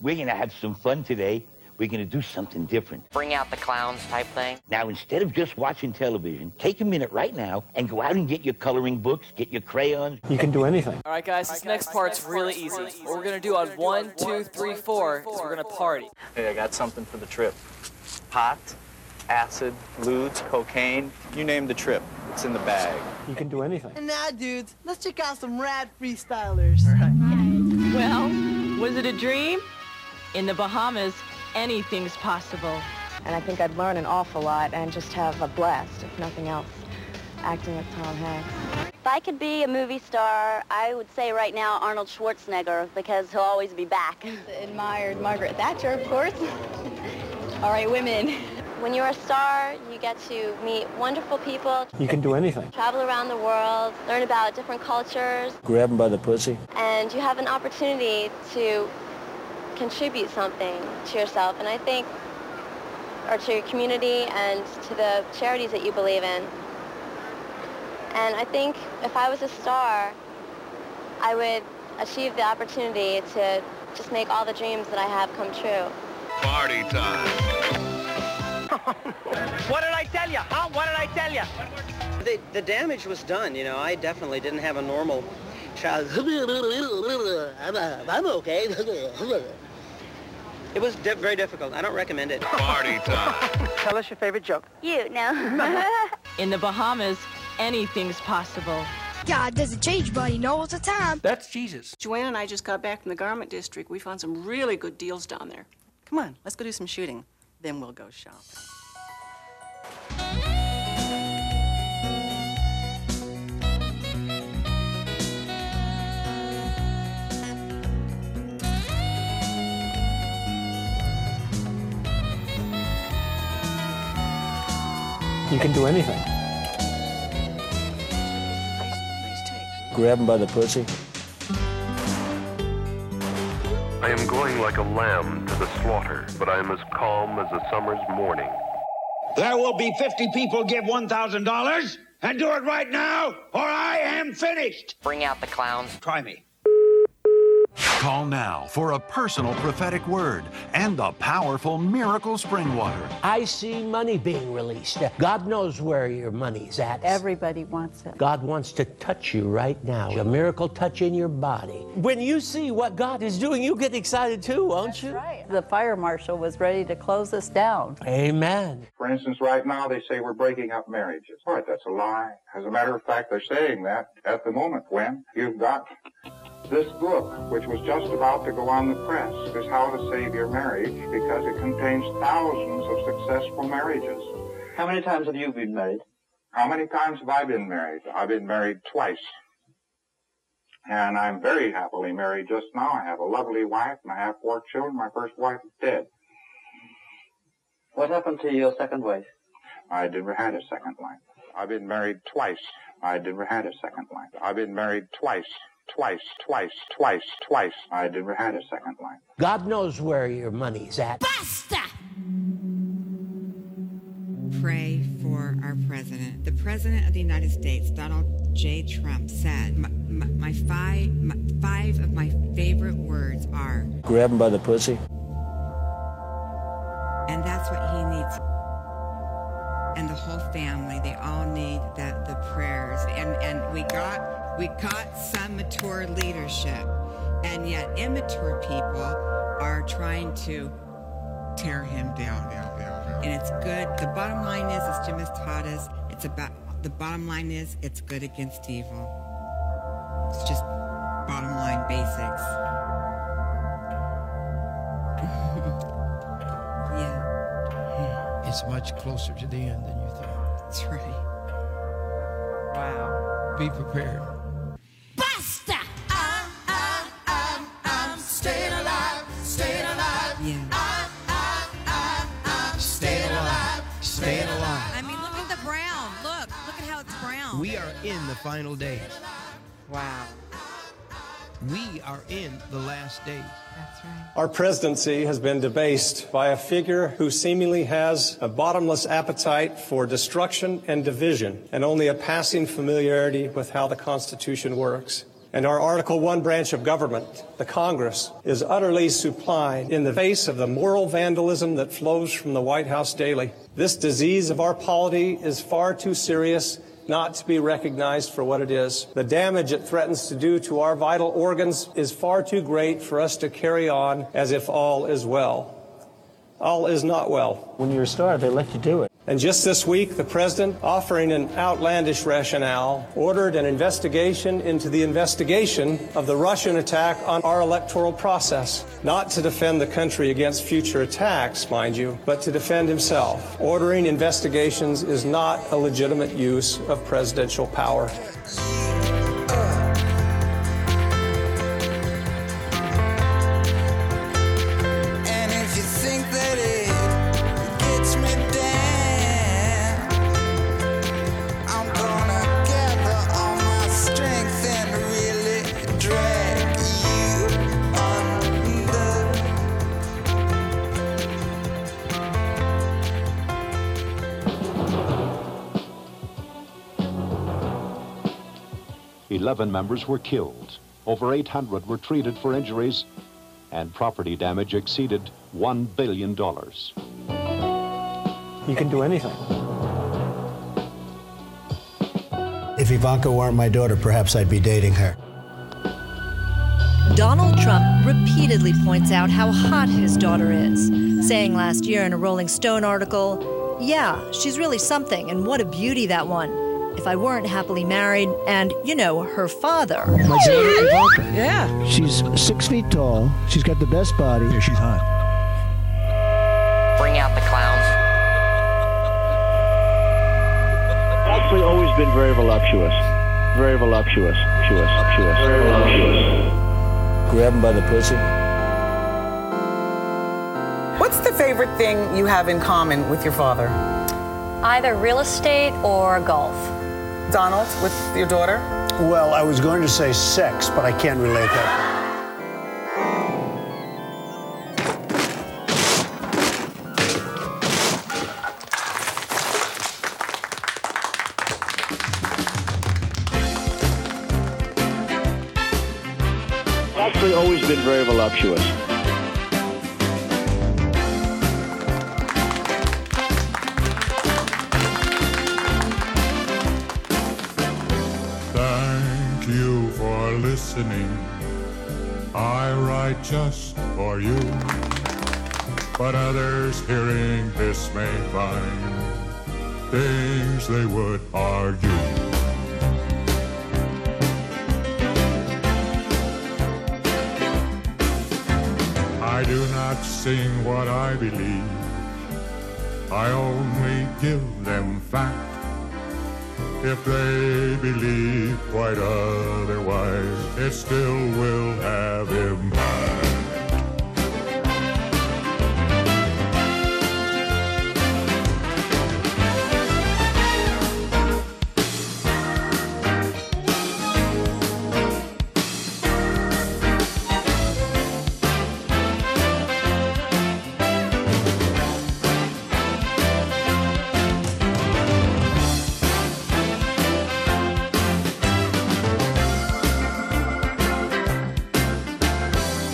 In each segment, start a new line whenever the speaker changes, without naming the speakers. We're going to have some fun today. We're going to do something different.
Bring out the clowns type thing.
Now, instead of just watching television, take a minute right now and go out and get your coloring books, get your crayons.
You can do anything.
All right, guys, this next part's really easy. What we're gonna do on one, two, three, four is we're gonna party.
Hey, I got something for the trip. Pot, acid, lewds, cocaine, you name the trip. It's in the bag.
You can do anything.
And now, dudes, let's check out some rad freestylers.
Well, was it a dream? In the Bahamas, anything's possible.
and I think I'd learn an awful lot and just have a blast, if nothing else, acting with Tom Hanks.
If I could be a movie star, I would say right now Arnold Schwarzenegger because he'll always be back.
Admired Margaret Thatcher, of course. All right, women.
When you're a star, you get to meet wonderful people,
You can do anything.
travel around the world, learn about different cultures,
Grab him by the pussy.
and you have an opportunity to contribute something to yourself and I think or to your community and to the charities that you believe in. And I think if I was a star, I would achieve the opportunity to just make all the dreams that I have come true.
Party time.
What did I tell you? Huh? What did I tell you?
The, the damage was done, you know. I definitely didn't have a normal child. I'm, uh, I'm okay. It was di- very difficult. I don't recommend it.
Party time.
Tell us your favorite joke.
You, no.
In the Bahamas, anything's possible.
God doesn't change, but he knows the time.
That's Jesus.
Joanne and I just got back from the garment district. We found some really good deals down there.
Come on, let's go do some shooting. Then we'll go shop.
You can do anything. Grab him by the pussy.
I am going like a lamb to the slaughter, but I am as calm as a summer's morning.
There will be 50 people give $1,000 and do it right now, or I am finished.
Bring out the clowns.
Try me.
Call now for a personal prophetic word and the powerful miracle spring water.
I see money being released. God knows where your money's at.
Everybody wants it.
God wants to touch you right now. A miracle touch in your body. When you see what God is doing, you get excited too, won't you?
The fire marshal was ready to close us down.
Amen.
For instance, right now they say we're breaking up marriages. All right, that's a lie. As a matter of fact, they're saying that at the moment when you've got this book, which was just about to go on the press, is How to Save Your Marriage because it contains thousands of successful marriages. How many times have you been married? How many times have I been married? I've been married twice. And I'm very happily married just now. I have a lovely wife and I have four children. My first wife is dead. What happened to your second wife? I never had a second wife. I've been married twice. I never had a second wife. I've been married twice, twice, twice, twice, twice. I never had a second wife.
God knows where your money's at.
Pray for our president. The president of the United States, Donald J. Trump, said, "My, my, my five, my, five of my favorite words are,
Grab him by the pussy.
and that's what he needs." And the whole family, they all need that the prayers. And and we got we got some mature leadership, and yet immature people are trying to tear him down. And it's good. The bottom line is, as Jim has taught us, it's about the bottom line is it's good against evil. It's just bottom line basics. yeah,
It's much closer to the end than you think.
that's right.
Be prepared.
Yeah.
Staying alive.
I mean, look at the brown. Look, look at how it's brown.
We are in the final days.
wow,
We are in the last days.
that's right.
Our presidency has been debased by a figure who seemingly has a bottomless appetite for destruction and division and only a passing familiarity with how the Constitution works. and our Article 1 branch of government, the Congress, is utterly supine in the face of the moral vandalism that flows from the White House daily. This disease of our polity is far too serious not to be recognized for what it is. The damage it threatens to do to our vital organs is far too great for us to carry on as if all is well. All is not well. When you're a star, they let you do it. And just this week, the president, offering an outlandish rationale, ordered an investigation into the investigation of the Russian attack on our electoral process. Not to defend the country against future attacks, mind you, but to defend himself. Ordering investigations is not a legitimate use of presidential power.
And if you think that it gets me down, I'm gonna gather all my strength and really drag you under.
Eleven members were killed, over 800 were treated for injuries, and property damage exceeded $1 billion.
You can do anything.
If Ivanka weren't my daughter, perhaps I'd be dating her.
Donald Trump repeatedly points out how hot his daughter is, saying last year in a Rolling Stone article, Yeah, she's really something, and what a beauty that one. If I weren't happily married, and, you know, her father.
My daughter Ivanka.
Yeah.
She's six feet tall. She's got the best body. Yeah, she's hot.
Bring out the clowns.
Actually, always been very voluptuous. Very voluptuous. Voluptuous. Voluptuous. Very voluptuous.
Grab him by the pussy.
What's the favorite thing you have in common with your father?
Either real estate or golf.
Donald, with your daughter?
Well, I was going to say sex, but I can't relate that.
Actually, always been very voluptuous.
Thank you for listening. I write just for you. But others hearing this may find things they would argue. I do not sing what I believe. I only give them fact. If they believe quite otherwise, it still will have impact.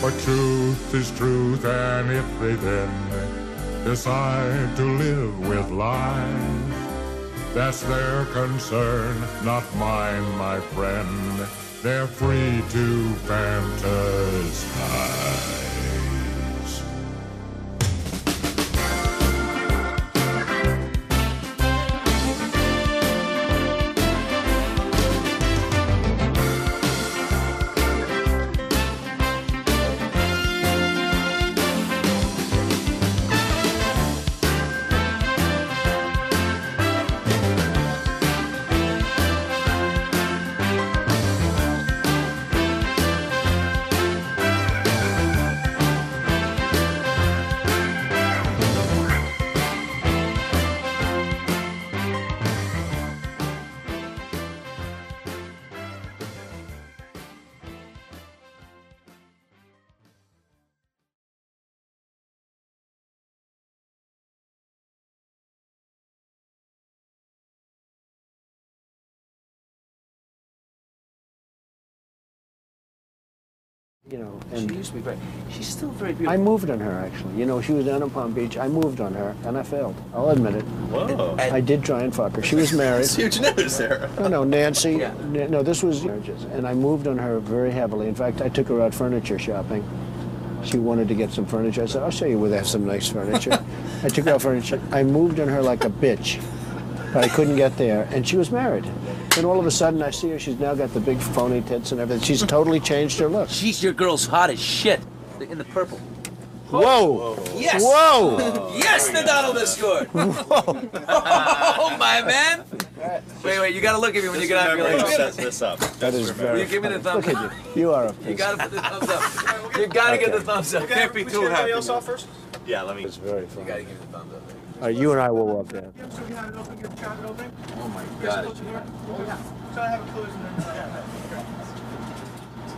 But truth is truth, and if they then decide to live with lies, that's their concern, not mine, my friend. They're free to fantasize.
you know.
She used to be great. She's still very beautiful.
I moved on her, actually. You know, she was down in Palm Beach. I moved on her, and I failed. I'll admit it.
Whoa.
I did try and fuck her. She was married.
That's huge news there.
No, no, Nancy. N- No, this was marriages, and I moved on her very heavily. In fact, I took her out furniture shopping. She wanted to get some furniture. I said, "I'll show you where they have some nice furniture." I took her out furniture. I moved on her like a bitch, but I couldn't get there, and she was married. Then all of a sudden, I see her. She's now got the big phony tits and everything. She's totally changed her look.
She's your girl's hot as shit. In the purple.
Whoa!
Yes!
Whoa!
yes, Nadal has scored! oh, my man! Wait, wait, you gotta look at me when you get out of your
remember
like,
who sets this up.
That is
Will
very.
you give me the
funny.
thumbs
Look
up?
at you. You are a.
You gotta put the thumbs up. You gotta get the
Okay.
thumbs up. Can't be too happy.
else off first?
Yeah, let me.
It's very funny.
You gotta give the thumbs up.
All right, you and I will walk down.
Oh my god.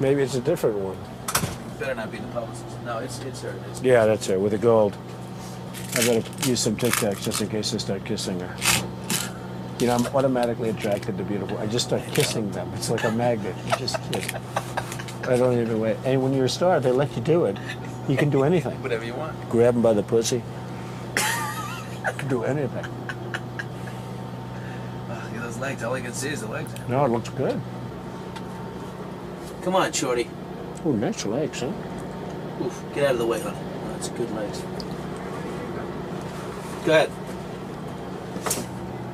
Maybe it's a different one.
Better not be the publicist. No, it's it's her. It's
Yeah, that's it, with the gold. I better use some Tic Tacs just in case I start kissing her. You know, I'm automatically attracted to beautiful. I just start kissing them. It's like a magnet. You just kiss. I don't even wait. And when you're a star, they let you do it. You can do anything.
Whatever you want.
Grab them by the pussy. I can do anything.
Oh, look at those legs. All I can see is the legs.
No, it looks good.
Come on, shorty.
Oh, nice legs, huh?
Oof, get out of the way, honey. That's good legs. Go ahead.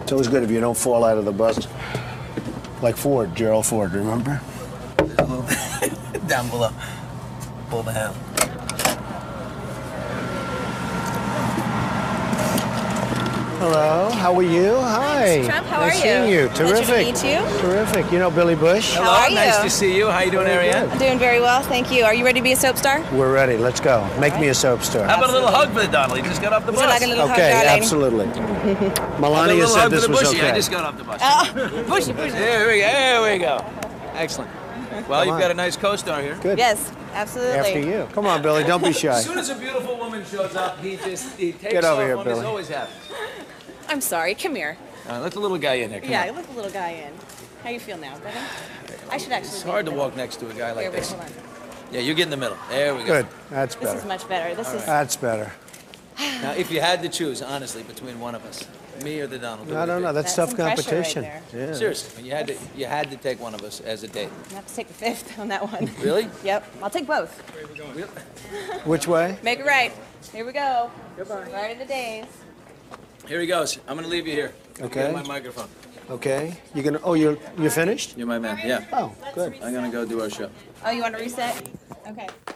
It's always good if you don't fall out of the bus. Like Ford, Gerald Ford, remember?
Down below. Pull the hell.
Hello, how are you? Hi.
Thanks, Trump. How
nice
are
seeing
you?
you.
Pleasure to
Terrific.
meet you.
Terrific. You know Billy Bush?
How are
Nice
you?
to see you. How you doing, Ariane?
I'm doing very well, thank you. Are you ready to be a soap star?
We're ready. Let's go. Make me a soap star.
How about a little hug for the Donald? He just got off the
Would
bus.
you like a little
okay,
hug, darling?
absolutely.
How about a
Melania
little
said
hug
this
for the
was
bushy?
okay.
I just got off the bus.
Oh, bushy, bushy.
There we go. There we go. Excellent. Well,
Come
you've
on.
got a nice co-star here.
Good.
Yes, absolutely.
After you. Come on, Billy. Don't be shy.
As soon as a beautiful woman shows up, he just he takes
Get over
off
here,
on
Billy.
his always happy.
I'm sorry. Come here.
All right, let the little guy in there. Come
yeah,
on.
let the little guy in. How you feel now, brother? I should actually.
It's
be
hard
in
to
the middle.
walk next to a guy
Here,
like
wait,
this.
hold on.
Yeah, you get in the middle. There we go.
Good. That's
This
better.
is much better. This is.
That's better.
Now, if you had to choose, honestly, between one of us, me or the Donald, who
No,
would
no,
it
no.
be?
That's,
That's
tough
some pressure right
competition.
there.
yeah.
Seriously, you had to you had to take one of us as a date.
I'm gonna have to take the fifth on that one.
Really?
yep. I'll take both.
Which way?
Make it right. Here we go. Goodbye. Right of the days.
Here he goes. I'm gonna leave you here.
Okay.
Get my microphone.
Okay. You're gonna. Oh, you're you're finished.
You're my man. Yeah.
Oh, good.
I'm gonna go do our show.
Oh, you want to reset? Okay.